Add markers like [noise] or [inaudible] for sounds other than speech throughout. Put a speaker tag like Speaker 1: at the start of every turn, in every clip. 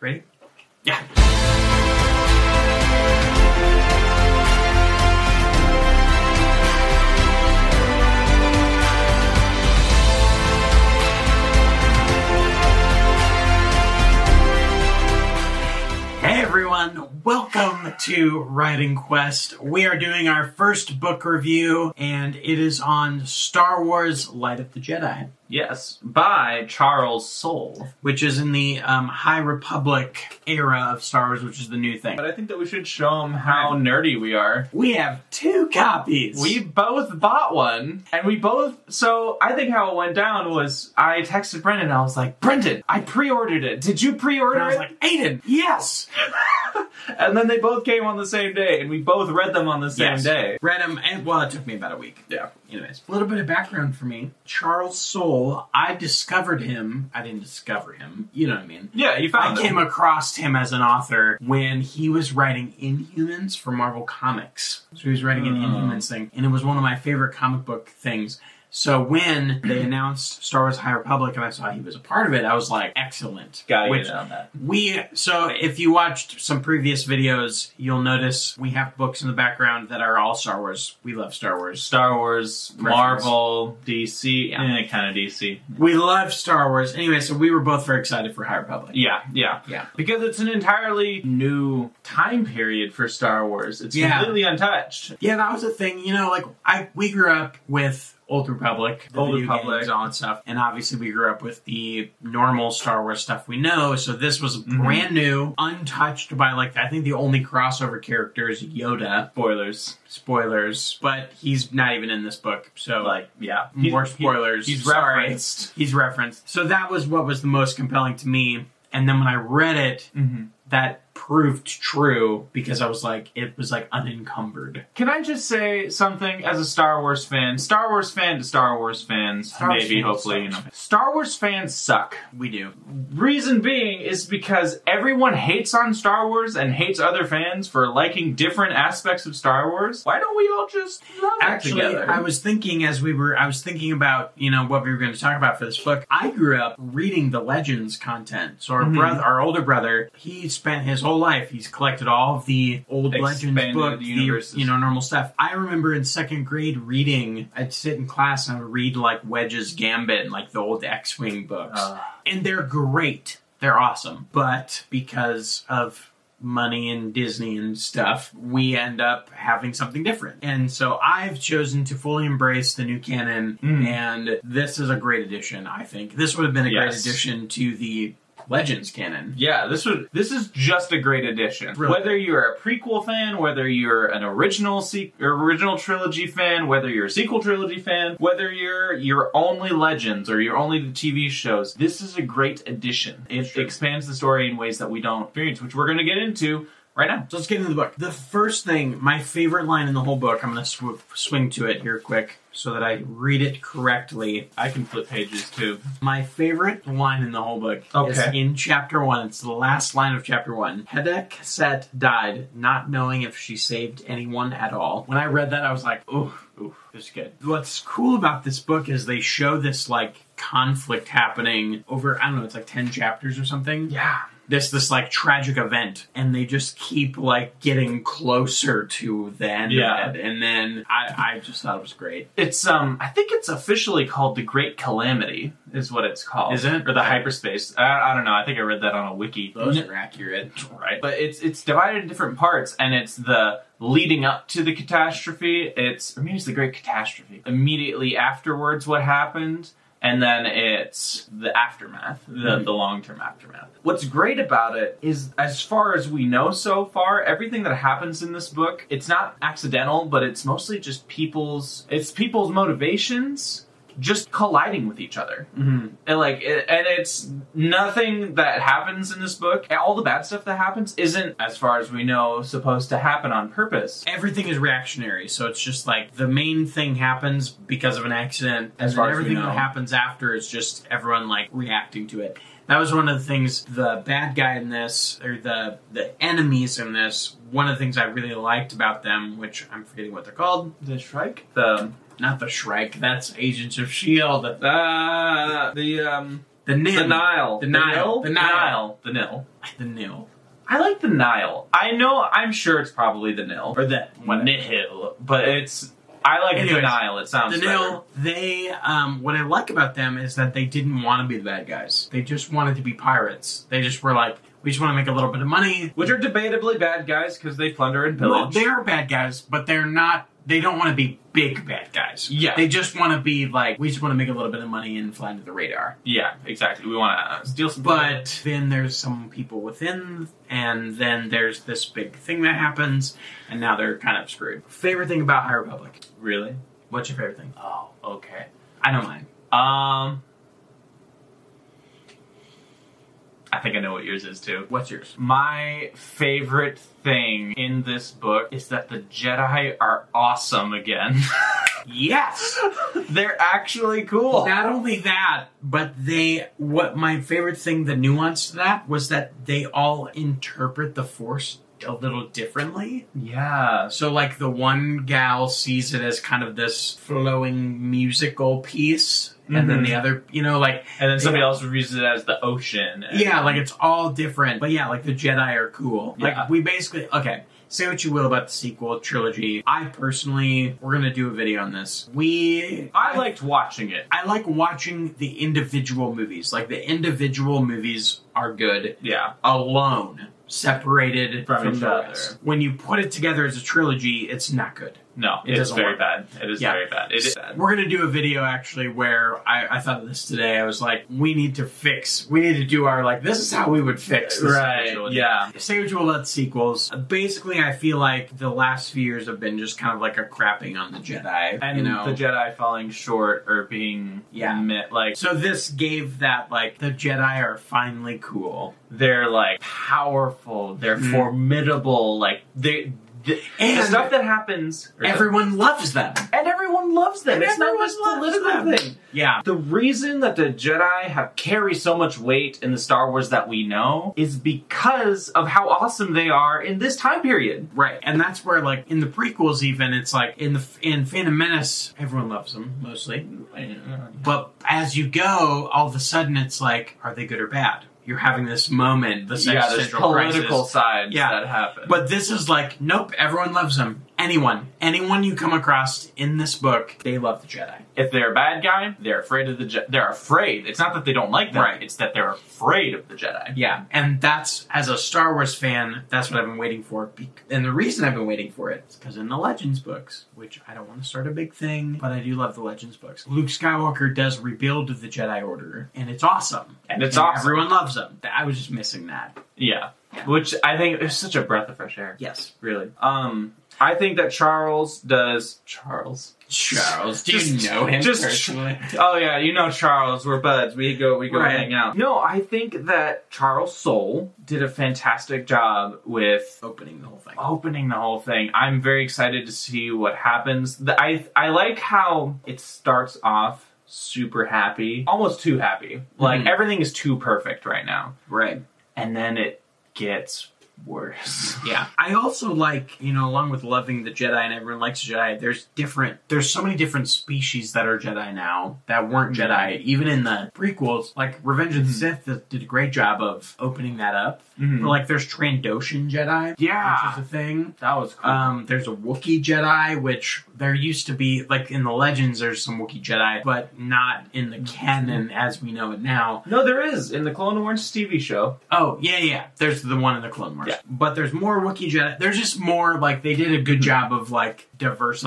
Speaker 1: Ready?
Speaker 2: Yeah. Hey everyone, welcome to Writing Quest. We are doing our first book review, and it is on Star Wars Light of the Jedi,
Speaker 1: Yes, by Charles Soule.
Speaker 2: which is in the um, High Republic era of Star Wars, which is the new thing.
Speaker 1: But I think that we should show them how nerdy we are.
Speaker 2: We have two copies.
Speaker 1: We both bought one, and we both. So I think how it went down was I texted Brendan. I was like, Brendan, I pre-ordered it. Did you pre-order
Speaker 2: and I was
Speaker 1: it?
Speaker 2: like, Aiden, yes,
Speaker 1: and then they both came on the same day, and we both read them on the same
Speaker 2: Yes.
Speaker 1: day.
Speaker 2: Read them, and well, it took me about a week.
Speaker 1: Yeah.
Speaker 2: Anyways, a little bit of background for me. Charles Soule, I discovered him. I didn't discover him. You know what I mean?
Speaker 1: Yeah, you
Speaker 2: I
Speaker 1: found
Speaker 2: came
Speaker 1: it.
Speaker 2: across him as an author when he was writing Inhumans for Marvel Comics. So he was writing an
Speaker 1: Oh.
Speaker 2: Inhumans thing, and it was one of my favorite comic book things. So when they announced Star Wars High Republic and I saw he was a part of it, I was like, excellent.
Speaker 1: Got
Speaker 2: Which
Speaker 1: you on that.
Speaker 2: we so if you watched some previous videos, you'll notice we have books in the background that are all Star Wars. We love Star Wars.
Speaker 1: Star Wars, Marvel, DC,
Speaker 2: Yeah.
Speaker 1: eh, kind of DC.
Speaker 2: We love Star Wars. Anyway, so we were both very excited for High Republic.
Speaker 1: Yeah, yeah,
Speaker 2: Yeah.
Speaker 1: Because it's an entirely new time period for Star Wars. It's
Speaker 2: Yeah.
Speaker 1: completely untouched.
Speaker 2: Yeah, that was a thing. You know, like I we grew up with Old Republic, the
Speaker 1: Old
Speaker 2: video
Speaker 1: Republic.
Speaker 2: games, all that stuff, and obviously we grew up with the normal Star Wars stuff we know. So this was
Speaker 1: Mm-hmm.
Speaker 2: brand new, untouched by like I think the only crossover character is Yoda.
Speaker 1: Spoilers.
Speaker 2: Spoilers, but he's not even in this book. So
Speaker 1: Like, yeah.
Speaker 2: more
Speaker 1: He's-
Speaker 2: spoilers.
Speaker 1: He's
Speaker 2: Sorry.
Speaker 1: referenced.
Speaker 2: He's referenced. So that was what was the most compelling to me. And then when I read it,
Speaker 1: Mhm.
Speaker 2: that proved true because I was like, it was like unencumbered.
Speaker 1: Can I just say something as a Star Wars fan? Star Wars fan to Star Wars fans,
Speaker 2: Star Wars
Speaker 1: maybe,
Speaker 2: fan to
Speaker 1: hopefully,
Speaker 2: Star
Speaker 1: you know.
Speaker 2: Wars fan.
Speaker 1: Star Wars fans suck.
Speaker 2: We do.
Speaker 1: Reason being is because everyone hates on Star Wars and hates other fans for liking different aspects of Star Wars. Why don't we all just love
Speaker 2: Actually,
Speaker 1: it together?
Speaker 2: I was thinking as we were, I was thinking about you know what we were going to talk about for this book. I grew up reading the Legends content. So our
Speaker 1: Mhm.
Speaker 2: brother, our older brother, he spent his whole life. He's collected all of the old
Speaker 1: Expanded
Speaker 2: Legends books,
Speaker 1: universes.
Speaker 2: the you know normal stuff. I remember in second grade reading. I'd sit in class and I would read like Wedge's Gambit and like the old X-wing books,
Speaker 1: Uh,
Speaker 2: and they're great. They're awesome, but because of money and Disney and stuff, we end up having something different. And so I've chosen to fully embrace the new canon,
Speaker 1: Mm.
Speaker 2: and this is a great addition, I think. This would have been a
Speaker 1: Yes.
Speaker 2: great addition to the Legends canon.
Speaker 1: Yeah, this was this is just a great addition.
Speaker 2: Really.
Speaker 1: Whether you're a prequel fan, whether you're an original se- original trilogy fan, whether you're a sequel trilogy fan, whether you're you're only Legends or you're only the TV shows, this is a great addition. It
Speaker 2: Sure.
Speaker 1: expands the story in ways that we don't experience, which we're going to get into right now.
Speaker 2: So let's get into the book. The first thing, my favorite line in the whole book, I'm going to sw- swing to it here quick so that I read it correctly.
Speaker 1: I can flip pages too.
Speaker 2: My favorite line in the whole book is
Speaker 1: Okay.
Speaker 2: in chapter one. It's the last line of chapter one. Hedek Set died, not knowing if she saved anyone at all. When I read that, I was like, "Ooh, ooh, this is good." What's cool about this book is they show this like conflict happening over I don't know, it's like ten chapters or something.
Speaker 1: Yeah.
Speaker 2: This this like tragic event, and they just keep like getting closer to the end
Speaker 1: Yeah.
Speaker 2: of it. And then I I just thought it was great.
Speaker 1: It's um, I think it's officially called the Great Calamity, is what it's called,
Speaker 2: Is it?
Speaker 1: Or the hyperspace? I, I don't know. I think I read that on a wiki.
Speaker 2: Those are accurate.
Speaker 1: right? But it's it's divided in different parts, and it's the leading up to the catastrophe. It's or maybe it's the great catastrophe. Immediately afterwards, what happened, and then it's the aftermath, the, the long term aftermath. What's great about it is, as far as we know so far, everything that happens in this book, it's not accidental, but it's mostly just people's it's people's motivations just colliding with each other.
Speaker 2: Mhm.
Speaker 1: And like, it, and it's nothing that happens in this book. All the bad stuff that happens isn't, as far as we know, supposed to happen on purpose.
Speaker 2: everything is reactionary. So it's just like the main thing happens because of an accident, and
Speaker 1: As far
Speaker 2: then
Speaker 1: as we
Speaker 2: everything
Speaker 1: know.
Speaker 2: that happens after is just everyone like reacting to it. That was one of the things the bad guy in this, or the the enemies in this. One of the things I really liked about them, which I'm forgetting what they're called,
Speaker 1: The Shrike, the
Speaker 2: not the Shrike. That's Agents of Shield.
Speaker 1: uh, the um,
Speaker 2: E The Nim.
Speaker 1: The Nile.
Speaker 2: The Nile.
Speaker 1: The
Speaker 2: The Nile.
Speaker 1: Nile. The Nil.
Speaker 2: The Nil.
Speaker 1: I like the Nile. I know, I'm sure it's probably the Nil. Or the
Speaker 2: Whatever.
Speaker 1: Nihil. But it's, I like the
Speaker 2: Anyways,
Speaker 1: Nile. It sounds
Speaker 2: The
Speaker 1: better.
Speaker 2: Nil. They. Um. What I like about them is that they didn't want to be the bad guys. They just wanted to be pirates. They just were like, we just want to make a little bit of money.
Speaker 1: Which are debatably bad guys because they plunder and
Speaker 2: Well,
Speaker 1: pillage.
Speaker 2: they are bad guys, but they're not. They don't want to be big bad guys.
Speaker 1: Yeah.
Speaker 2: They just want to be like, we just want to make a little bit of money and fly under the radar.
Speaker 1: yeah, exactly. We want to steal some.
Speaker 2: But then there's some people within, and then there's this big thing that happens, and now they're kind of screwed. Favorite thing about High Republic?
Speaker 1: really?
Speaker 2: What's your favorite thing?
Speaker 1: Oh, okay.
Speaker 2: I know mine.
Speaker 1: Um, I think I know what yours is too.
Speaker 2: What's yours?
Speaker 1: My favorite thing in this book is that the Jedi are awesome again. [laughs]
Speaker 2: Yes!
Speaker 1: They're actually cool.
Speaker 2: Not only that, but they, what my favorite thing, the nuance to that, was that they all interpret the Force a little differently.
Speaker 1: yeah.
Speaker 2: So, like, the one gal sees it as kind of this flowing musical piece, and then
Speaker 1: Mhm.
Speaker 2: the other, you know, like,
Speaker 1: And then somebody else reviews it as the ocean. and-
Speaker 2: yeah, like it's all different. But yeah, like, the Jedi are cool.
Speaker 1: Yeah.
Speaker 2: Like, we basically, okay, say what you will about the sequel trilogy. I personally, we're gonna do a video on this. We,
Speaker 1: I liked watching it.
Speaker 2: I like watching the individual movies. Like, the individual movies are good
Speaker 1: Yeah.
Speaker 2: alone, separated
Speaker 1: From
Speaker 2: from,
Speaker 1: each
Speaker 2: the
Speaker 1: other.
Speaker 2: rest. When you put it together as a trilogy, it's not good.
Speaker 1: No,
Speaker 2: It
Speaker 1: it's
Speaker 2: doesn't
Speaker 1: very
Speaker 2: work.
Speaker 1: bad. It is
Speaker 2: Yeah.
Speaker 1: very bad. It is bad.
Speaker 2: We're gonna do a video actually where I, I thought of this today. I was like, we need to fix. We need to do our like. This is how we would fix. This
Speaker 1: Right.
Speaker 2: trilogy.
Speaker 1: Yeah.
Speaker 2: Say what you will about sequels. Basically, I feel like the last few years have been just kind of like a crapping on the Jedi.
Speaker 1: And
Speaker 2: you know?
Speaker 1: the Jedi falling short or being
Speaker 2: Yeah.
Speaker 1: mi- like
Speaker 2: so this gave that like the Jedi are finally cool.
Speaker 1: they're like powerful, they're
Speaker 2: Mhm.
Speaker 1: formidable, like they, the the
Speaker 2: And-
Speaker 1: stuff that happens or
Speaker 2: Everyone loves them.
Speaker 1: the- and everyone loves
Speaker 2: [laughs]
Speaker 1: them.
Speaker 2: And
Speaker 1: it's not
Speaker 2: everyone
Speaker 1: this
Speaker 2: loves
Speaker 1: political
Speaker 2: them.
Speaker 1: thing.
Speaker 2: Yeah.
Speaker 1: The reason that the Jedi have carry so much weight in the Star Wars that we know is because of how awesome they are in this time period.
Speaker 2: Right, and that's where, like, in the prequels, even it's like in the in Phantom Menace, everyone loves them mostly. But as you go, all of a sudden, it's like, are they good or bad? You're having this moment, this
Speaker 1: yeah, there's
Speaker 2: existential
Speaker 1: political
Speaker 2: crisis.
Speaker 1: sides
Speaker 2: Yeah.
Speaker 1: that happen.
Speaker 2: But this is like, nope, everyone loves them. Anyone, anyone you come across in this book, they love the Jedi.
Speaker 1: if they're a bad guy, they're afraid of the Je- they're afraid. It's not that they don't like them,
Speaker 2: Right.
Speaker 1: it's that they're afraid of the Jedi.
Speaker 2: Yeah, and that's as a Star Wars fan, that's what I've been waiting for. bec- And the reason I've been waiting for it is because in the Legends books, which I don't want to start a big thing, but I do love the Legends books. Luke Skywalker does rebuild the Jedi Order, and it's awesome.
Speaker 1: And it's awesome.
Speaker 2: Everyone loves him. I was just missing that.
Speaker 1: Yeah.
Speaker 2: Yeah.
Speaker 1: Which I think is such a breath of fresh air.
Speaker 2: Yes,
Speaker 1: Really. Um I think that Charles does Charles.
Speaker 2: Charles. Do
Speaker 1: Just-
Speaker 2: you know him
Speaker 1: just-
Speaker 2: personally?
Speaker 1: Oh yeah, you know Charles, we're buds. We go we go
Speaker 2: Right.
Speaker 1: hang out. No, I think that Charles Soule did a fantastic job with
Speaker 2: Opening the whole thing.
Speaker 1: opening the whole thing. I'm very excited to see what happens. The, I I like how it starts off super happy, almost too happy. Like
Speaker 2: Mhm.
Speaker 1: everything is too perfect right now,
Speaker 2: Right.
Speaker 1: and then it gets worse.
Speaker 2: Yeah. I also like, you know, along with loving the Jedi and everyone likes Jedi, there's different there's so many different species that are Jedi now that weren't Jedi. Even in the prequels, like Revenge of the Sith did- did a great job of opening that up.
Speaker 1: Mhm.
Speaker 2: But like there's Trandoshan Jedi,
Speaker 1: Yeah.
Speaker 2: which is a thing.
Speaker 1: That was cool.
Speaker 2: Um, there's a Wookiee Jedi, which there used to be, like in the Legends, there's some Wookiee Jedi, but not in the canon as we know it now.
Speaker 1: no, there is in the Clone Wars TV show.
Speaker 2: Oh yeah, yeah. There's the one in the Clone Wars,
Speaker 1: Yeah.
Speaker 2: but there's more Wookiee Jedi. There's just more. Like they did a good job of like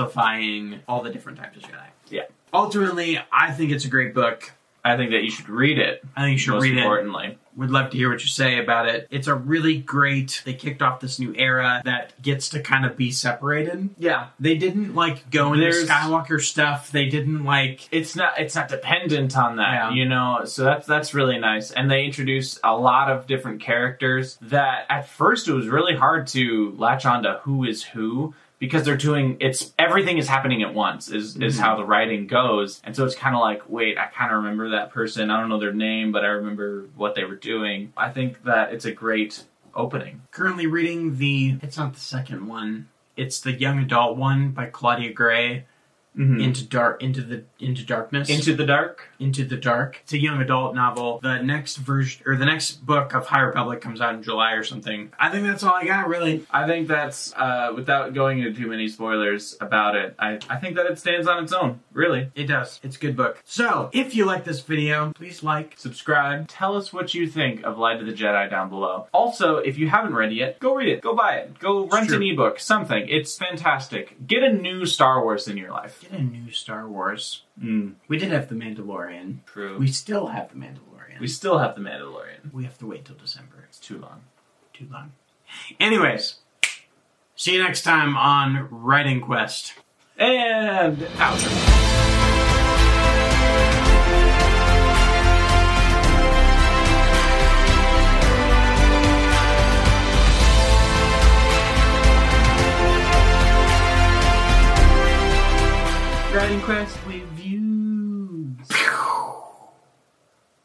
Speaker 2: diversifying all the different types of Jedi.
Speaker 1: Yeah.
Speaker 2: Ultimately, I think it's a great book.
Speaker 1: I think that you should read it.
Speaker 2: I think you should
Speaker 1: most
Speaker 2: read it.
Speaker 1: importantly.
Speaker 2: Would love to hear what you say about it. It's a really great. They kicked off this new era that gets to kind of be separated.
Speaker 1: Yeah,
Speaker 2: They didn't like go into
Speaker 1: There's-
Speaker 2: Skywalker stuff. They didn't like
Speaker 1: it's not it's not dependent on that,
Speaker 2: Yeah.
Speaker 1: you know. So that's that's really nice. And they introduce a lot of different characters that at first it was really hard to latch on to who is who because they're doing it's everything is happening at once is is
Speaker 2: Mhm.
Speaker 1: how the writing goes. And so it's kind of like, wait, I kind of remember that person. I don't know their name, but I remember what they were doing. I think that it's a great opening.
Speaker 2: currently reading the it's not the second one it's the young adult one by claudia gray
Speaker 1: Mhm.
Speaker 2: into dark into the Hmm. into darkness
Speaker 1: Into the Dark.
Speaker 2: into the dark. It's a young adult novel. The next version or the next book of High Republic comes out in July or something. I think that's all I got really.
Speaker 1: I think that's uh, without going into too many spoilers about it. I, I think that it stands on its own, really.
Speaker 2: It does. It's a good book. So if you like this video, please like.
Speaker 1: Subscribe. Tell us what you think of Light of the Jedi down below. Also, if you haven't read it yet, go read it. Go buy it. Go rent
Speaker 2: true.
Speaker 1: an ebook. Something. It's fantastic. Get a new Star Wars in your life.
Speaker 2: Get a new Star Wars.
Speaker 1: Mm,
Speaker 2: We did have the Mandalorian.
Speaker 1: true.
Speaker 2: We
Speaker 1: We,
Speaker 2: still have the Mandalorian.
Speaker 1: we
Speaker 2: We,
Speaker 1: still have the Mandalorian.
Speaker 2: have to wait till December.
Speaker 1: It's too long.
Speaker 2: Too long. Anyways, see you next time on Writing Quest.
Speaker 1: And out.